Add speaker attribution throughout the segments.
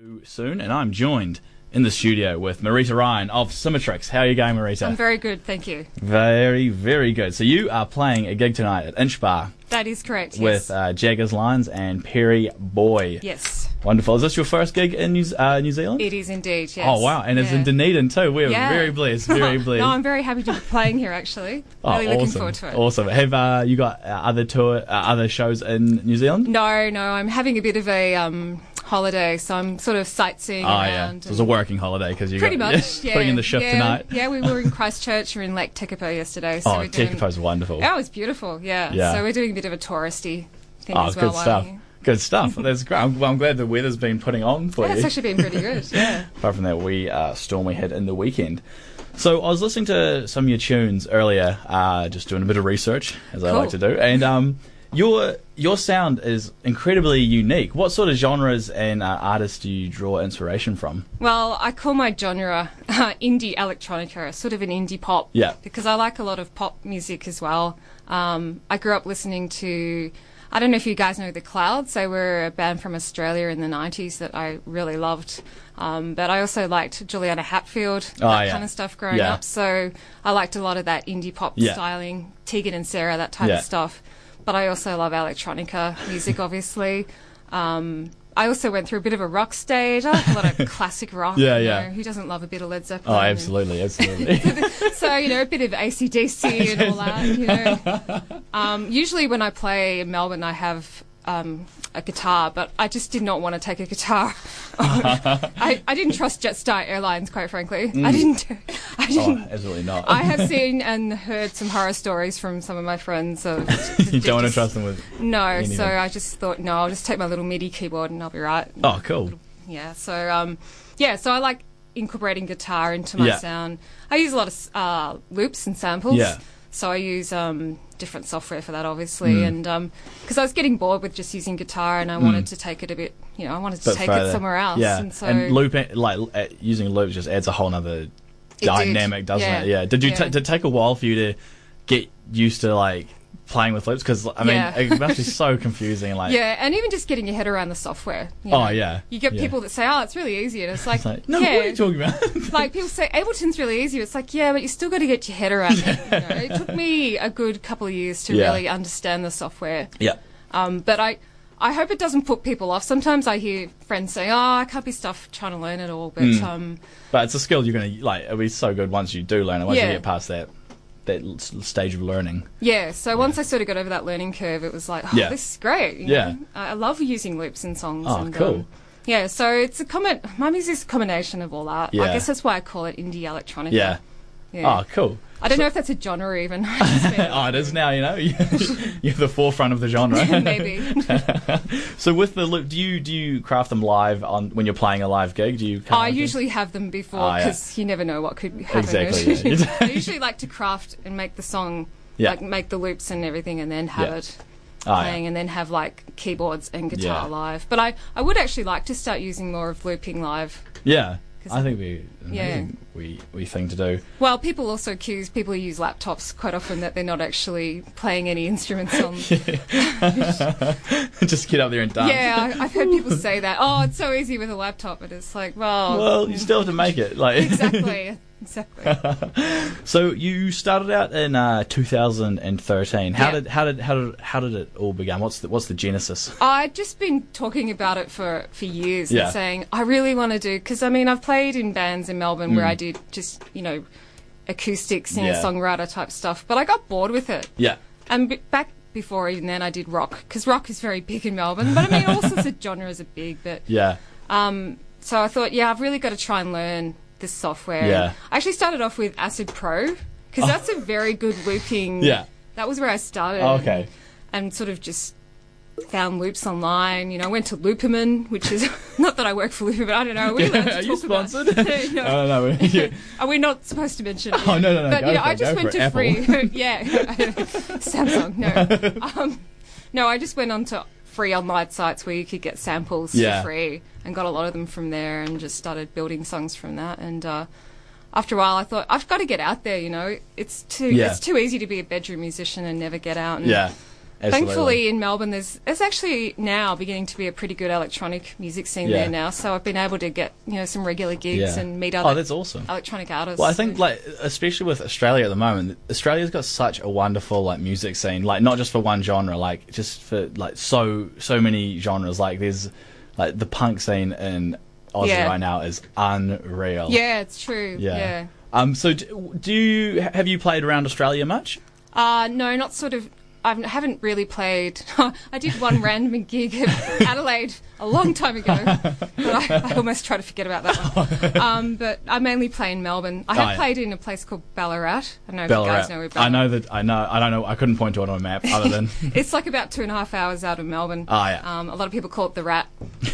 Speaker 1: you soon, and I'm joined in the studio with Marita Ryan of Symmetrix. How are you going,
Speaker 2: I'm
Speaker 1: Marita?
Speaker 2: very good, thank you.
Speaker 1: Very, very good. So you are playing a gig tonight at Inch Bar
Speaker 2: That is correct. Yes.
Speaker 1: with uh, Jaggers Lines and Perry Boy.
Speaker 2: yes,
Speaker 1: Wonderful. Is this your first gig in New, uh, New Zealand?
Speaker 2: it is indeed. Yes.
Speaker 1: Oh wow, and it's
Speaker 2: Yeah.
Speaker 1: in Dunedin too. We're
Speaker 2: Yeah.
Speaker 1: very blessed, very blessed.
Speaker 2: no, I'm very happy to be playing here. Actually,
Speaker 1: Oh,
Speaker 2: really
Speaker 1: awesome.
Speaker 2: looking forward to it.
Speaker 1: Awesome. Have uh, you got uh, other tour, uh, other shows in New Zealand?
Speaker 2: No, no, I'm having a bit of a um, holiday, so I'm sort of sightseeing
Speaker 1: Oh yeah,
Speaker 2: around.
Speaker 1: it was a
Speaker 2: and-
Speaker 1: working holiday because you
Speaker 2: Pretty
Speaker 1: got
Speaker 2: much, yeah.
Speaker 1: putting in the shift
Speaker 2: yeah,
Speaker 1: tonight.
Speaker 2: Yeah, we were in Christchurch, we are in Lake Tekapo yesterday. So
Speaker 1: Oh,
Speaker 2: we're doing,
Speaker 1: Tekapo's wonderful.
Speaker 2: Oh, it was beautiful. Yeah.
Speaker 1: Yeah.
Speaker 2: So we're doing a bit of a touristy thing
Speaker 1: Oh,
Speaker 2: as well.
Speaker 1: good
Speaker 2: while
Speaker 1: stuff.
Speaker 2: here.
Speaker 1: Good stuff. That's great. I'm, well, I'm glad the weather's been putting on for
Speaker 2: Yeah,
Speaker 1: you.
Speaker 2: it's actually been pretty good. Yeah.
Speaker 1: Apart from that, we uh, storm we had in the weekend. So I was listening to some of your tunes earlier, uh, just doing a bit of research as I
Speaker 2: Cool.
Speaker 1: like to do, and um, your your sound is incredibly unique. What sort of genres and uh, artists do you draw inspiration from? Oh,
Speaker 2: Well, I call my genre uh, indie electronica, sort of an indie pop.
Speaker 1: Yeah.
Speaker 2: Because I like a lot of pop music as well. Um, I grew up listening to, I don't know if you guys know The Clouds. They were a band from Australia in the 90s that I really loved. Um, but I also liked Juliana Hatfield, that
Speaker 1: Oh, yeah.
Speaker 2: kind of stuff growing
Speaker 1: Yeah.
Speaker 2: up. So I liked a lot of that indie pop
Speaker 1: Yeah.
Speaker 2: styling, Tegan and Sarah, that type
Speaker 1: Yeah.
Speaker 2: of stuff. But I also love electronica music, obviously. Um, I also went through a bit of a rock stage. I like a lot of classic rock.
Speaker 1: Yeah,
Speaker 2: you
Speaker 1: yeah.
Speaker 2: know, who doesn't love a bit of Led Zeppelin?
Speaker 1: Oh,
Speaker 2: and-
Speaker 1: absolutely, absolutely.
Speaker 2: So you know, a bit of ACDC and all that. You know. Um, usually when I play in Melbourne, I have. Um, a guitar, but I just did not want to take a guitar. I, I didn't trust Jetstar Airlines, quite frankly. I didn't. I
Speaker 1: Mm. oh,
Speaker 2: didn't.
Speaker 1: absolutely not.
Speaker 2: I have seen and heard some horror stories from some of my friends of.
Speaker 1: you don't want to
Speaker 2: just-
Speaker 1: trust them with.
Speaker 2: No, so
Speaker 1: anything.
Speaker 2: I just thought, no, I'll just take my little MIDI keyboard and I'll be right.
Speaker 1: Oh, cool.
Speaker 2: Yeah. So um, yeah. So I like incorporating guitar into my
Speaker 1: Yeah.
Speaker 2: sound. I use a lot of uh, loops and samples.
Speaker 1: Yeah.
Speaker 2: So I use um, different software for that, obviously,
Speaker 1: Mm.
Speaker 2: and because I was getting bored with just using guitar, and I wanted to take it a bit, you know, I wanted to
Speaker 1: Bit
Speaker 2: take
Speaker 1: Mm. further.
Speaker 2: it somewhere else.
Speaker 1: Yeah,
Speaker 2: And so
Speaker 1: looping like uh, using loops just adds a whole nother
Speaker 2: did.
Speaker 1: dynamic, doesn't
Speaker 2: Yeah.
Speaker 1: it? Yeah. Did you
Speaker 2: Yeah.
Speaker 1: ta did it take a while for you to get used to like playing with loops? Because I mean,
Speaker 2: Yeah.
Speaker 1: it must be so confusing. Like,
Speaker 2: yeah, and even just getting your head around the software. you
Speaker 1: Oh,
Speaker 2: know.
Speaker 1: yeah.
Speaker 2: You get
Speaker 1: Yeah.
Speaker 2: people that say, "Oh, it's really easy," and it's like,
Speaker 1: it's like, no,
Speaker 2: yeah,
Speaker 1: what are you talking about?
Speaker 2: like people say Ableton's really easy. It's like, yeah, but you still got to get your head around it. You know? It took me a good couple of years to
Speaker 1: Yeah.
Speaker 2: really understand the software.
Speaker 1: yeah.
Speaker 2: Um, but I, I hope it doesn't put people off. Sometimes I hear friends saying, "Oh, I can't be stuff trying to learn it all." But
Speaker 1: Hmm.
Speaker 2: um,
Speaker 1: But it's a skill you're gonna like. It'll be so good once you do learn it. Once you
Speaker 2: Yeah.
Speaker 1: get past that that l- s- stage of learning.
Speaker 2: yeah, so once I sort of got over that learning curve, it was like, "Oh,
Speaker 1: Yeah.
Speaker 2: this is great." you
Speaker 1: Yeah.
Speaker 2: know? I I love using loops in songs.
Speaker 1: Oh,
Speaker 2: and,
Speaker 1: cool.
Speaker 2: Um, yeah, so it's a comment. My music's a combination of all that.
Speaker 1: Yeah.
Speaker 2: I guess that's why I call it indie electronica.
Speaker 1: Yeah.
Speaker 2: Yeah.
Speaker 1: Oh, cool.
Speaker 2: I don't know if that's a genre even. It's been-
Speaker 1: Oh, it is now. You know, you're the forefront of the genre.
Speaker 2: Maybe.
Speaker 1: So with the loop, do you do you craft them live on when you're playing a live gig? Do you?
Speaker 2: I usually have them before
Speaker 1: Ah, yeah.
Speaker 2: because you never know what could happen.
Speaker 1: Exactly, yeah.
Speaker 2: I usually like to craft and make the song,
Speaker 1: Yeah.
Speaker 2: like make the loops and everything, and then have
Speaker 1: Yeah.
Speaker 2: it
Speaker 1: Ah, yeah.
Speaker 2: playing, and then have like keyboards and guitar
Speaker 1: Yeah.
Speaker 2: live. But I, I would actually like to start using more of looping live.
Speaker 1: Yeah,
Speaker 2: 'Cause-
Speaker 1: I think we
Speaker 2: Yeah.
Speaker 1: yeah. we we thing to do.
Speaker 2: Well, people also accuse people who use laptops quite often that they're not actually playing any instruments on. yeah,
Speaker 1: Just get up there and dance.
Speaker 2: I, I've heard people say that. Oh, it's so easy with a laptop, but it's like, well,
Speaker 1: Well, you still have to make it. Like
Speaker 2: exactly, exactly.
Speaker 1: so, you started out in uh, 2013. How
Speaker 2: Yeah.
Speaker 1: did how did how did how did it all begin? What's the what's the genesis?
Speaker 2: I'd just been talking about it for, for years
Speaker 1: Yeah.
Speaker 2: and saying, I really want to do, because I mean, I've played in bands in Melbourne
Speaker 1: Mm.
Speaker 2: where I did just, you know, acoustic singer songwriter type stuff, but I got bored with it.
Speaker 1: Yeah,
Speaker 2: And b- back before even then, I did rock, because rock is very big in Melbourne, but I mean, all sorts of genres are big, but
Speaker 1: yeah,
Speaker 2: um, so I thought, yeah, I've really got to try and learn this software.
Speaker 1: Yeah. Oh.
Speaker 2: I actually started off with Acid Pro, because that's a very good looping.
Speaker 1: Yeah. Oh,
Speaker 2: That was where I started
Speaker 1: Okay.
Speaker 2: and sort of just found loops online. You know, I went to Looperman, which is not that I work for Looperman. I don't know. Are we allowed to
Speaker 1: Are you
Speaker 2: talk about-
Speaker 1: sponsored? Uh,
Speaker 2: No.
Speaker 1: I don't know. Yeah.
Speaker 2: Are we not supposed to mention? it?
Speaker 1: Oh, no, no, no,
Speaker 2: But
Speaker 1: go
Speaker 2: you know,
Speaker 1: for it,
Speaker 2: I just
Speaker 1: go
Speaker 2: went
Speaker 1: for
Speaker 2: to
Speaker 1: it,
Speaker 2: free. yeah, Samsung. No, um, no, I just went onto free online sites where you could get samples
Speaker 1: Yeah.
Speaker 2: for free, and got a lot of them from there, and just started building songs from that. And uh, after a while, I thought I've got to get out there. You know, it's too
Speaker 1: Yeah.
Speaker 2: it's too easy to be a bedroom musician and never get out. And
Speaker 1: yeah,
Speaker 2: Thankfully, in Melbourne, there's it's actually now beginning to be a pretty good electronic music scene
Speaker 1: Yeah.
Speaker 2: there now. So I've been able to get you know some regular gigs
Speaker 1: Yeah.
Speaker 2: and meet
Speaker 1: Oh,
Speaker 2: other
Speaker 1: that's awesome.
Speaker 2: electronic artists.
Speaker 1: Well, I think like especially with Australia at the moment, Australia's got such a wonderful like music scene. Like not just for one genre, like just for like so so many genres. Like there's like the punk scene in Aussie
Speaker 2: Yeah.
Speaker 1: right now is unreal.
Speaker 2: yeah, it's true.
Speaker 1: Yeah.
Speaker 2: yeah.
Speaker 1: Um. So do, do you have you played around Australia much?
Speaker 2: Uh, no, not sort of. I haven't really played. I did one random gig in Adelaide a long time ago. But I, I almost try to forget about that one. Um, but I mainly play in Melbourne. I have
Speaker 1: Oh, yeah.
Speaker 2: played in a place called Ballarat. I don't know if you
Speaker 1: Ballarat.
Speaker 2: guys know where Ballarat
Speaker 1: I know that. I know. I don't know. I couldn't point to it on a map other than
Speaker 2: It's like about two and a half hours out of Melbourne.
Speaker 1: Oh, yeah.
Speaker 2: Um, a lot of people call it the Rat.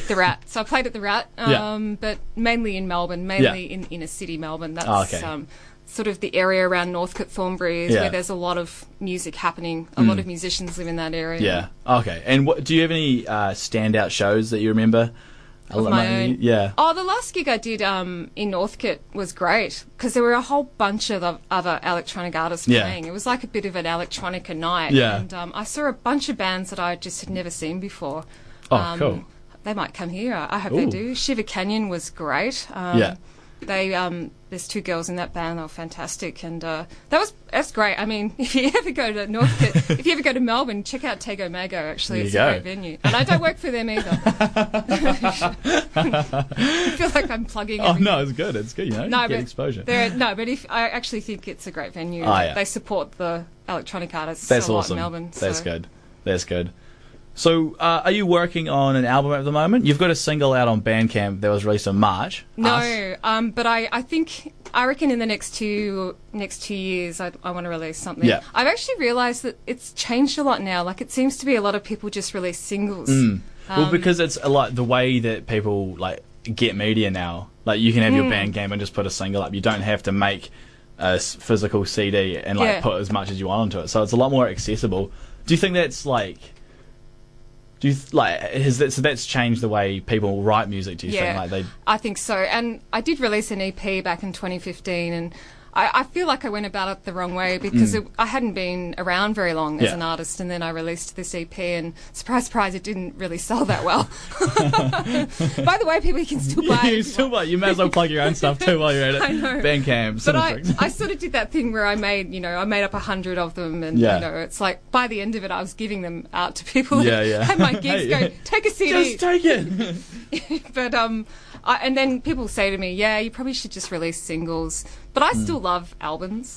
Speaker 2: The Rat. so I played at the Rat,
Speaker 1: Yeah.
Speaker 2: um, but mainly in Melbourne, mainly in inner city Melbourne. That's
Speaker 1: Oh, okay.
Speaker 2: um, sort of the area around Northcote Thornbury is
Speaker 1: Yeah. Hmm.
Speaker 2: where there's a lot of music happening. A lot of musicians live in that area.
Speaker 1: yeah. Okay. And what do you have any uh, standout shows that you remember?
Speaker 2: Of my own.
Speaker 1: Yeah.
Speaker 2: Oh, the last gig I did um, in Northcote was great because there were a whole bunch of the other electronic artists
Speaker 1: Yeah.
Speaker 2: playing. It was like a bit of an electronica night.
Speaker 1: Yeah.
Speaker 2: And um, I saw a bunch of bands that I just had never seen before. Um,
Speaker 1: Oh, cool.
Speaker 2: They might come here. I I hope
Speaker 1: Ooh.
Speaker 2: they do. Shiver Canyon was great. Um,
Speaker 1: Yeah.
Speaker 2: They um, there's two girls in that band. They were fantastic, and uh, that was that's great. I mean, if you ever go to Northcote, if you ever go to Melbourne, check out Tego Mago. Actually,
Speaker 1: There
Speaker 2: it's
Speaker 1: you
Speaker 2: a
Speaker 1: go.
Speaker 2: great venue, and I don't work for them either. I feel like I'm plugging.
Speaker 1: Oh
Speaker 2: everything.
Speaker 1: no, it's good. It's good. You know,
Speaker 2: No,
Speaker 1: you get
Speaker 2: but
Speaker 1: exposure.
Speaker 2: They're- no, but if I actually think it's a great venue.
Speaker 1: Oh, yeah.
Speaker 2: They support the electronic artists
Speaker 1: That's
Speaker 2: a lot
Speaker 1: awesome.
Speaker 2: in Melbourne.
Speaker 1: That's
Speaker 2: so.
Speaker 1: good. That's good. So, uh, are you working on an album at the moment? You've got a single out on Bandcamp that was released in March. Us.
Speaker 2: No, um, but I, I think I reckon in the next two next two years I, I want to release something.
Speaker 1: Yeah.
Speaker 2: I've actually realised that it's changed a lot now. Like it seems to be a lot of people just release singles.
Speaker 1: Mm.
Speaker 2: um,
Speaker 1: well, because it's a lot the way that people like get media now. Like, you can have
Speaker 2: Hmm.
Speaker 1: your Bandcamp and just put a single up. You don't have to make a s- physical CD and like
Speaker 2: Yeah.
Speaker 1: put as much as you want onto it. So it's a lot more accessible. Do you think that's like? Do you th- like? Has that so that's changed the way people write music? Do you
Speaker 2: Yeah,
Speaker 1: think like they?
Speaker 2: I think so. And I did release an EP back in 2015, and I, I feel like I went about it the wrong way because it, I hadn't been around very long as
Speaker 1: Mm. Yeah.
Speaker 2: an artist, and then I released this EP, and surprise, surprise, it didn't really sell that well. By the way, people, you can still buy it.
Speaker 1: you
Speaker 2: if you
Speaker 1: still might. You may as well plug your own stuff too while you're at it.
Speaker 2: I know.
Speaker 1: Bandcamp.
Speaker 2: But I,
Speaker 1: Cinetrix.
Speaker 2: I sort of did that thing where I made, you know, I made up a hundred of them, and
Speaker 1: Yeah.
Speaker 2: you know, it's like by the end of it, I was giving them out to people.
Speaker 1: Yeah, yeah.
Speaker 2: Had my gigs
Speaker 1: Hey.
Speaker 2: go, take a CD.
Speaker 1: Just take it.
Speaker 2: but um, I, and then people say to me, yeah, you probably should just release singles. But I still love albums.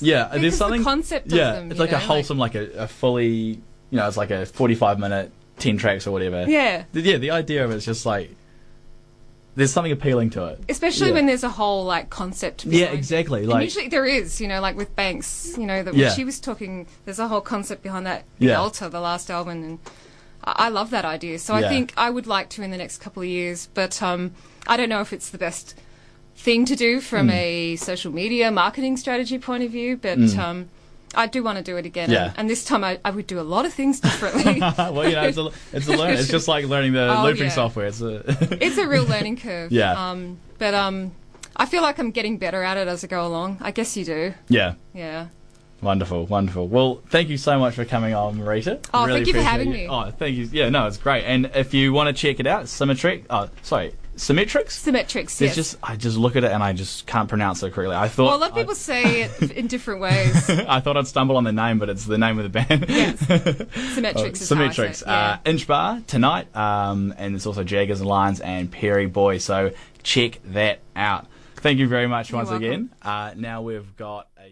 Speaker 1: Hmm. Yeah,
Speaker 2: because
Speaker 1: there's something.
Speaker 2: The concept
Speaker 1: yeah,
Speaker 2: of them.
Speaker 1: it's
Speaker 2: you
Speaker 1: like a
Speaker 2: know,
Speaker 1: wholesome, like, a, a fully, you know, it's like a 45 minute, 10 tracks or whatever.
Speaker 2: yeah.
Speaker 1: The- yeah, the idea of it's just like there's something appealing to it.
Speaker 2: Especially
Speaker 1: Yeah.
Speaker 2: when there's a whole like concept.
Speaker 1: Yeah,
Speaker 2: behind it.
Speaker 1: exactly.
Speaker 2: And
Speaker 1: Like,
Speaker 2: usually there is, you know, like with Banks, you know, that
Speaker 1: Yeah.
Speaker 2: she was talking. There's a whole concept behind that
Speaker 1: Yeah.
Speaker 2: the altar, the last album, and I, I love that idea. So
Speaker 1: Yeah.
Speaker 2: I think I would like to in the next couple of years, but um, I don't know if it's the best thing to do
Speaker 1: Hmm.
Speaker 2: from a social media marketing strategy point of view, but um, I do want to do it again.
Speaker 1: Hmm. Yeah.
Speaker 2: And, and this time I, I would do a lot of things differently.
Speaker 1: well, you know, it's a, it's a learn. It's just like learning the
Speaker 2: Oh,
Speaker 1: looping
Speaker 2: yeah.
Speaker 1: software. It's a
Speaker 2: it's a real learning curve.
Speaker 1: Yeah.
Speaker 2: Um, but um, I feel like I'm getting better at it as I go along. I guess you do.
Speaker 1: yeah.
Speaker 2: Yeah.
Speaker 1: Wonderful, wonderful. Well, thank you so much for coming on, Marita.
Speaker 2: Oh, thank you for
Speaker 1: appreciate
Speaker 2: having
Speaker 1: it.
Speaker 2: me.
Speaker 1: Oh, thank you. Yeah, no, it's great. And if you want to check it out, Symmetric. Oh, sorry, Symmetrics.
Speaker 2: Symmetrics.
Speaker 1: It's
Speaker 2: Yes.
Speaker 1: just I just look at it and I just can't pronounce it correctly. I thought
Speaker 2: Well, a lot of people say it in different ways.
Speaker 1: I, I thought I'd stumble on the name, but it's the name of the band.
Speaker 2: Yes.
Speaker 1: Oh,
Speaker 2: Symmetrics is how I
Speaker 1: Symmetrics.
Speaker 2: say it,
Speaker 1: Uh,
Speaker 2: yeah.
Speaker 1: Inch Bar tonight, um, and it's also Jaggers and Lions and Perry Boy. So check that out. Thank you very much once
Speaker 2: welcome.
Speaker 1: again. Uh, now we've got a.